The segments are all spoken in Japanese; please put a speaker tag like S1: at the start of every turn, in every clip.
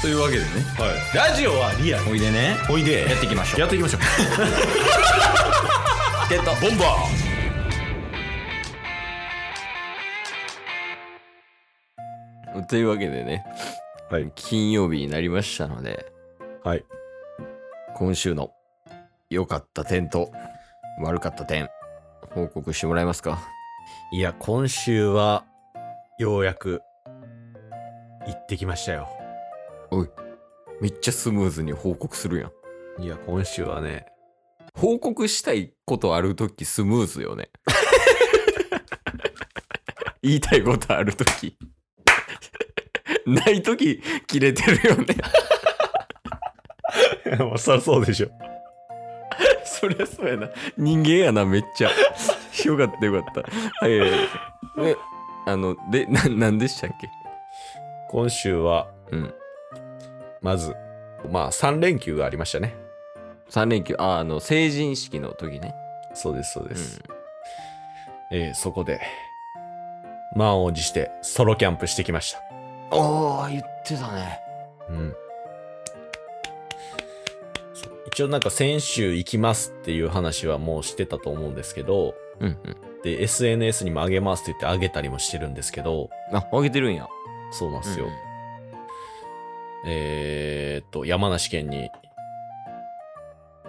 S1: というわけでね
S2: はい、ラジオはリアル
S1: おいでね
S2: おいで
S1: やっていきましょう
S2: やっていきましょう
S1: ゲット
S2: ボンバ
S1: というわけでね、
S2: はい
S1: 金曜日になりましたので、
S2: はい、
S1: 今週の良かった点と悪かった点報告してもらえますか
S2: ーいや今週はようやく行ってきましたよ
S1: めっちゃスムーズに報告するやん
S2: いや今週はね
S1: 報告したいことある時スムーズ よね言いたいことある時ない時切れてるよね
S2: まあそりゃそうでしょ
S1: そりゃそうやな人間やなめっちゃよかったよかったはいはいはいえあのでななんでしたっけ
S2: 今週は
S1: うん
S2: まずまあ3連休がありましたね
S1: 3連休ああの成人式の時ね、
S2: そうですそう
S1: う
S2: で
S1: ん、
S2: す、えーそこで満を持してソロキャンプしてきました
S1: ああ言ってたね
S2: うんそう一応なんか先週行きますっていう話はもうしてたと思うんですけど
S1: うんうん
S2: で SNS にも上げますって言って上げたりもしてるんですけど
S1: ああげてるんや
S2: そうなんですよ、
S1: うん
S2: えーっと山梨県に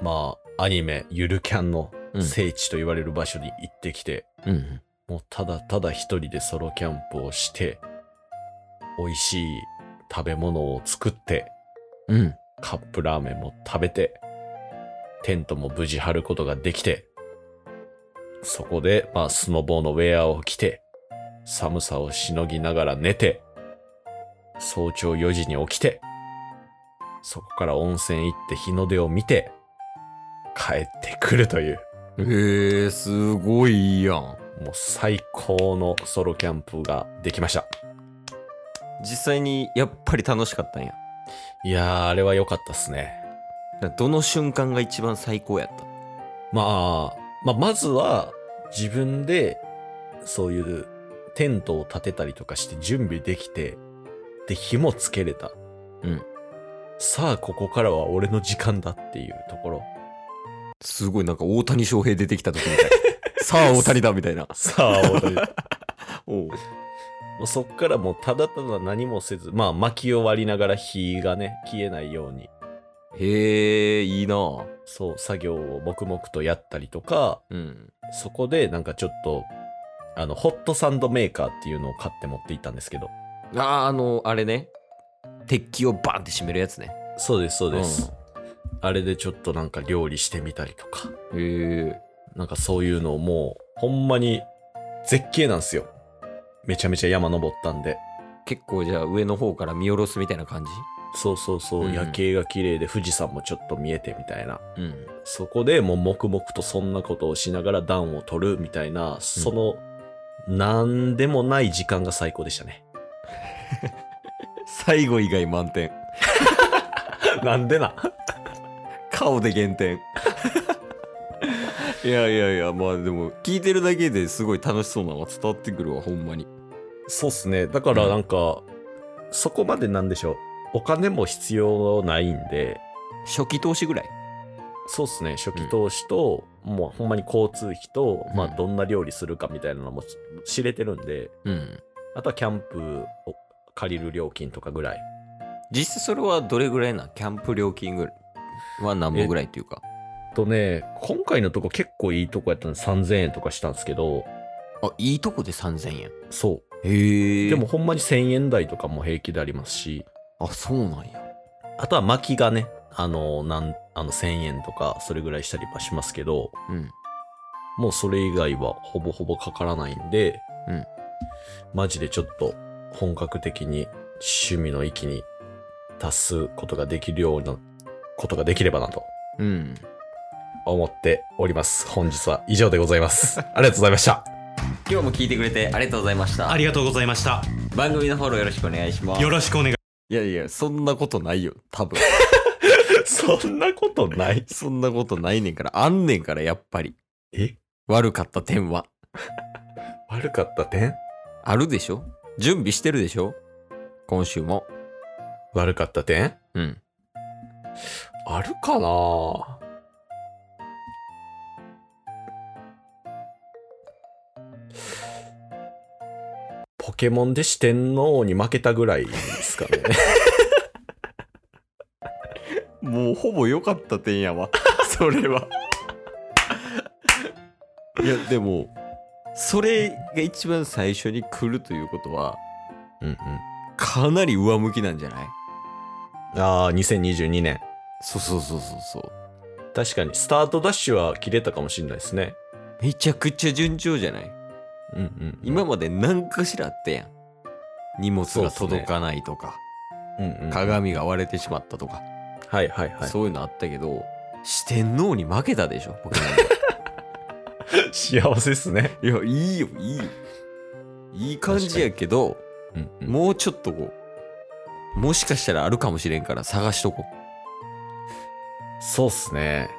S2: まあアニメゆるキャンの聖地と言われる場所に行ってきて、
S1: うんうん
S2: もうただただ一人でソロキャンプをして、美味しい食べ物を作って、
S1: うん
S2: カップラーメンも食べて、テントも無事張ることができて、そこで、まあ、スノボーのウェアを着て、寒さをしのぎながら寝て、早朝4時に起きて、そこから温泉行って日の出を見て、帰ってくるという。
S1: へえすごいやん
S2: もう最高のソロキャンプができました。
S1: 実際にやっぱり楽しかったんや
S2: いやー、あれは良かったっすね。
S1: だどの瞬間が一番最高やった
S2: まあ、まあ、まずは自分でそういうテントを建てたりとかして準備できて、で、火もつけれた。
S1: うん。
S2: さあ、ここからは俺の時間だっていうところ。
S1: すごいなんか大谷翔平出てきた時 みたいさあ大谷だみたいな
S2: さあ、大谷。 も
S1: おう
S2: うそっからもうただただ何もせず、まあ、薪を割りながら火がね、消えないように、
S1: へえいいな
S2: そう、作業を黙々とやったりとか、
S1: うん
S2: そこでなんかちょっと、あの、ホットサンドメーカーっていうのを買って持っていったんですけど。
S1: あああのあれね鉄器をバンって締めるやつね
S2: そうです、そうです。あれでちょっとなんか料理してみたりとか、
S1: へえ
S2: なんかそういうのをもう、ほんまに絶景なんですよ。めちゃめちゃ山登ったんで。
S1: 結構じゃあ上の方から見下ろすみたいな感じ
S2: そうそうそう、
S1: うん
S2: 夜景が綺麗で富士山もちょっと見えてみたいな。
S1: うん
S2: そこでもう黙々とそんなことをしながら暖を取るみたいな、その、なんでもない時間が最高でしたね。
S1: 最後以外満点
S2: なんでな。
S1: 顔で減点 いやいやいやまあでも聞いてるだけですごい楽しそうなのが伝わってくるわほんまに
S2: そうっすね。だからなんか、そこまでなんでしょう。お金も必要ないんで、
S1: 初期投資ぐらい
S2: そうっすね。初期投資と、もうほんまに交通費と、
S1: うん
S2: まあどんな料理するかみたいなのもし知れてるんで、
S1: うん
S2: あとはキャンプを借りる料金とかぐらい。
S1: 実際それはどれぐらいなんキャンプ料金ぐらいは何本ぐらいっていうか
S2: とね、今回のとこ結構いいとこやったんで3000円とかしたんですけど、
S1: あいいとこで3000円
S2: そ
S1: へ
S2: う。
S1: え
S2: でもほんまに1000円台とかも平気でありますし、
S1: あそうなんや
S2: あとは薪がね、あの、なん、あの1000円とかそれぐらいしたりはしますけど、
S1: うん
S2: もうそれ以外はほぼほぼかからないんで、
S1: うん
S2: マジでちょっと本格的に趣味の域に達すことができるようなことができればなと
S1: うん
S2: 思っております。本日は以上でござい ます。ありがとうございました。
S1: 今日も聞いてくれてありがとうございました
S3: ありがとうございました。
S1: 番組のフォローよろしくお願いします
S3: よろしくお願い
S1: いやいやそんなことないよ多分
S2: そんなことない。
S1: そんなことないねんからあんねんからやっぱり
S2: え
S1: 悪かった点は
S2: 悪かった点
S1: あるでしょ準備してるでしょ今週も
S2: 悪かった点
S1: うん。
S2: あるかなポケモンで四天王に負けたぐらいですかね。
S1: もうほぼ良かった点 やわ。それは。いや、でも、それが一番最初に来るということは、
S2: うんうん。
S1: かなり上向きなんじゃない
S2: ああ、2022年。
S1: そうそうそうそうそう。
S2: 確かに、スタートダッシュは切れたかもしれないですね。
S1: めちゃくちゃ順調じゃない
S2: うんうん。
S1: 今まで何かしらあったやん。荷物が届かないとか、
S2: うんうん、はい
S1: 鏡が割れてしまったとか、
S2: はいはい。
S1: そういうのあったけど、四天王に負けたでしょ、ポケモン
S2: 幸せっすね。
S1: いや、いいよ、いいよ。いい感じやけど、
S2: うんうん
S1: もうちょっとこう、もしかしたらあるかもしれんから探しとこ
S2: そうっすね。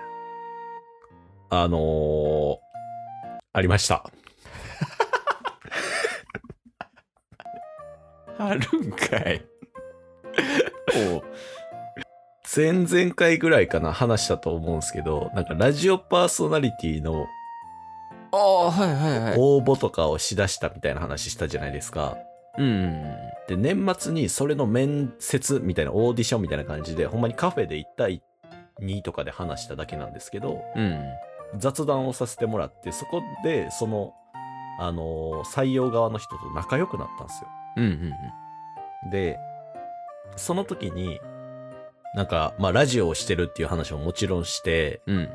S2: あのー、ありました。
S1: う。あるんかい。おう
S2: 前々回ぐらいかな話したと思うんですけど、なんかラジオパーソナリティの
S1: ああ、はいはいはい。
S2: 応募とかをしだしたみたいな話したじゃないですか。
S1: うんうん
S2: で、年末にそれの面接みたいなオーディションみたいな感じで、ほんまにカフェで1対2とかで話しただけなんですけど、
S1: うん。うん。
S2: 雑談をさせてもらって、そこでその、あのー採用側の人と仲良くなったんですよ。
S1: うんうん
S2: で、その時に、なんか、まあ、ラジオをしてるっていう話ももちろんして、
S1: うん。うん。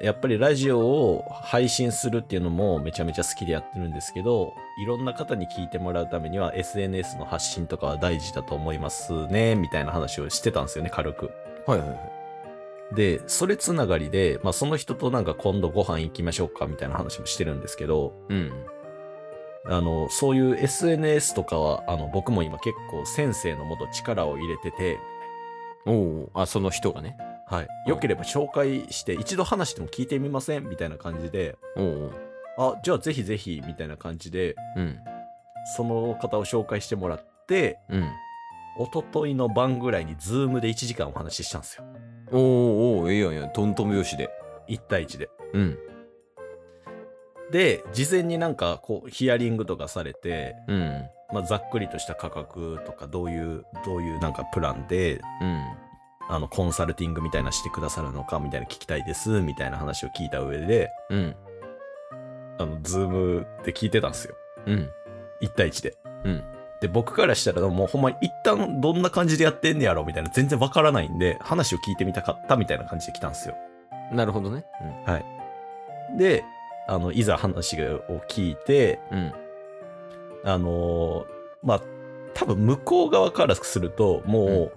S2: やっぱりラジオを配信するっていうのもめちゃめちゃ好きでやってるんですけど、いろんな方に聞いてもらうためには SNS の発信とかは大事だと思いますね、みたいな話をしてたんですよね、軽く。
S1: はいはいはい。
S2: で、それつながりで、まあその人となんか今度ご飯行きましょうか、みたいな話もしてるんですけど、
S1: うん。
S2: あの、そういう SNS とかは、あの、僕も今結構先生のもと力を入れてて、
S1: おうあ、その人がね。
S2: はい。良ければ紹介して、一度話しても聞いてみませんみたいな感じで、
S1: おうおう
S2: あ、じゃあぜひぜひ、みたいな感じで、
S1: うん。
S2: その方を紹介してもらって、
S1: うん。
S2: 一昨日の晩ぐらいに、ズームで1時間お話ししたんですよ。
S1: おうおうええやんええやん。トントン拍子で。
S2: 1対1で。
S1: うん。
S2: で、事前になんか、こう、ヒアリングとかされて、
S1: うん。
S2: まあ、ざっくりとした価格とか、どういう、どういうなんかプランで、
S1: うん。
S2: あの、コンサルティングみたいなしてくださるのか、みたいな聞きたいです、みたいな話を聞いた上で、
S1: うん。
S2: あの、ズームで聞いてたんですよ。
S1: うん。
S2: 1対1で。
S1: うん。
S2: で、僕からしたらもうほんまに一旦どんな感じでやってんねやろみたいな全然わからないんで、話を聞いてみたかったみたいな感じで来たんですよ。
S1: なるほどね。
S2: で、あの、いざ話を聞いて、
S1: うん。うん。
S2: あのーまあ、多分向こう側からすると、もう、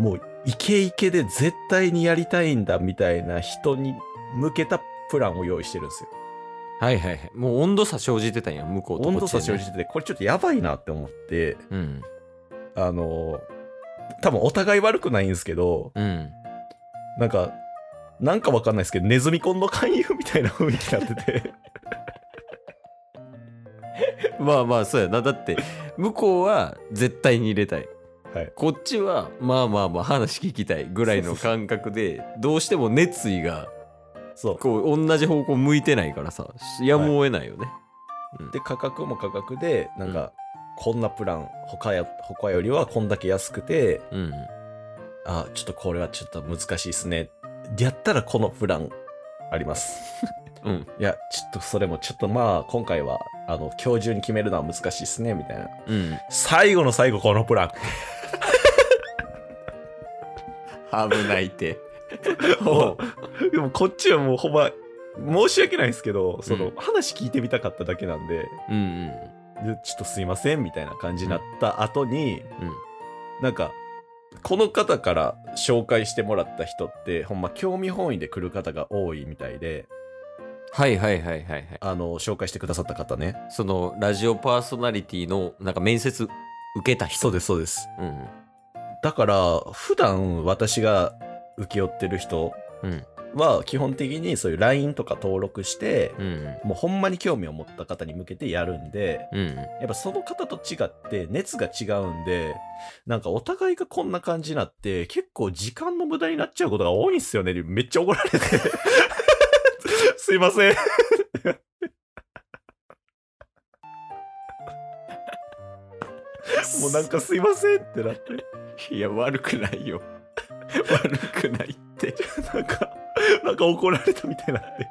S2: もうイケイケで絶対にやりたいんだみたいな人に向けたプランを用意してるんですよ。
S1: はいはいはい。もう温度差生じてたんや、向こうとこっち
S2: 温度差
S1: で
S2: 生
S1: ね
S2: じてて、これちょっとやばいなって思って、
S1: うん。
S2: あのー多分お互い悪くないんですけど、
S1: うん。
S2: なんか、なんかわかんないですけど、ネズミコンの勧誘みたいな雰囲気になってて。
S1: まあまあそうやなだって向こうは絶対に入れたい、
S2: はい
S1: こっちはまあまあまあ話聞きたいぐらいの感覚でどうしても熱意が
S2: そ
S1: こう同じ方向向いてないからさやむを得ないよね、
S2: う。で、価格も価格で、なんか、こんなプラン、他や、他よりはこんだけ安くて、
S1: うん
S2: あ、ちょっとこれはちょっと難しいですね。やったらこのプランあります。
S1: うん
S2: いや、ちょっとそれもちょっとまあ、今回は、あの、今日中に決めるのは難しいっすね、みたいな。
S1: うん
S2: 最後の最後、このプラン。
S1: 危ないって
S2: もうでもこっちはもうほんま、申し訳ないですけど、その、
S1: うん
S2: 話聞いてみたかっただけなんで、
S1: うんうん
S2: でちょっとすいませんみたいな感じになった後に、
S1: うん
S2: なんかこの方から紹介してもらった人ってほんま興味本位で来る方が多いみたいで
S1: はいはいはいはいはい
S2: あの紹介してくださった方ね
S1: そのラジオパーソナリティのなんか面接受けた人
S2: そうですそうです
S1: うん
S2: だから普段私が請け負ってる人
S1: うん
S2: は基本的にそういう LINE とか登録して、
S1: うん
S2: もうほんまに興味を持った方に向けてやるんで、
S1: うんうん
S2: やっぱその方と違って熱が違うんで、なんかお互いがこんな感じになって、結構時間の無駄になっちゃうことが多いんすよね。めっちゃ怒られて。すいません。もうなんかすいませんってなって。
S1: いや悪くないよ悪くないって
S2: なんか、なんか怒られたみたいになって。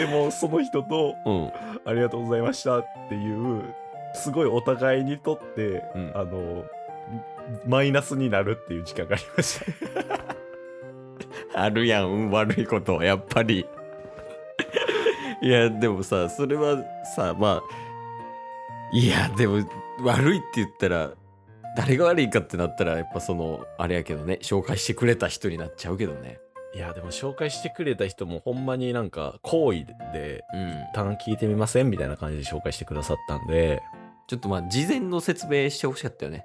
S2: でも、その人と、
S1: うん
S2: ありがとうございましたっていう、すごいお互いにとって、
S1: うん
S2: あの、マイナスになるっていう時間がありました。
S1: あるやん運悪いことやっぱり いやでもさそれはさまあいやでも悪いって言ったら誰が悪いかってなったらやっぱそのあれやけどね紹介してくれた人になっちゃうけどね
S2: いや、でも紹介してくれた人もほんまになんか、好意で、
S1: うん
S2: 一旦聞いてみませんみたいな感じで紹介してくださったんで、
S1: ちょっとまあ事前の説明してほしかったよね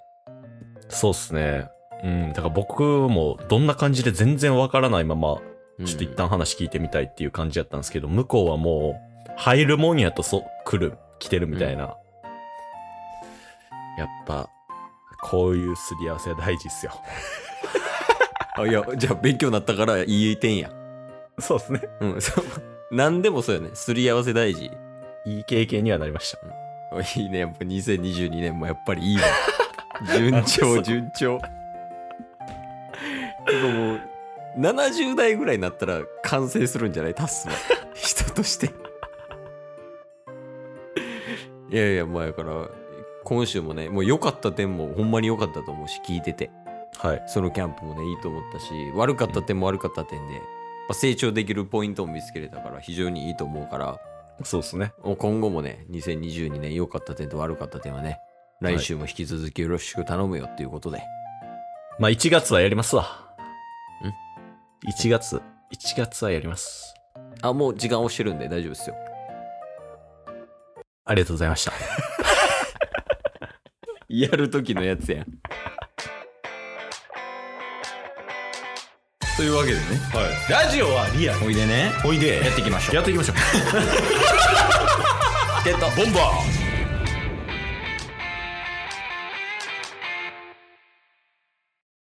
S2: そうっすね。うん、だから僕もどんな感じで全然わからないままちょっと一旦話聞いてみたいっていう感じやったんですけど、向こうはもう、入るもんやとそ、来る、来てるみたいな。やっぱ、こういうすり合わせは大事っすよ。
S1: あいやじゃあ勉強になったから言えてんや
S2: そうですね。
S1: うんそう何でもそうよねすり合わせ大事
S2: いい経験にはなりました。
S1: いいねやっぱ2022年もやっぱりいいわ順調順調でももう70代ぐらいになったら完成するんじゃないタッスは人としていやいやまあやから今週もねもう良かった点もほんまに良かったと思うし聞いてて
S2: はい。
S1: ソロキャンプもねいいと思ったし悪かった点も悪かった点で、やっぱ成長できるポイントも見つけれたから非常にいいと思うから
S2: そうですね。
S1: もう今後もね、2022年良かった点と悪かった点はね、来週も引き続きよろしく頼むよっていうことで。
S2: まあ、1月はやりますわ。ん ?1 月。1月はやります。
S1: あ、もう時間押してるんで大丈夫ですよ。
S2: ありがとうございました。
S1: やる時のやつやん。 というわけでね、
S2: はい。ラジオはリアル。
S1: おいでね、
S2: おいで。
S1: やっていきましょう。
S2: やっていきましょう。
S1: ゲット
S2: ボンバー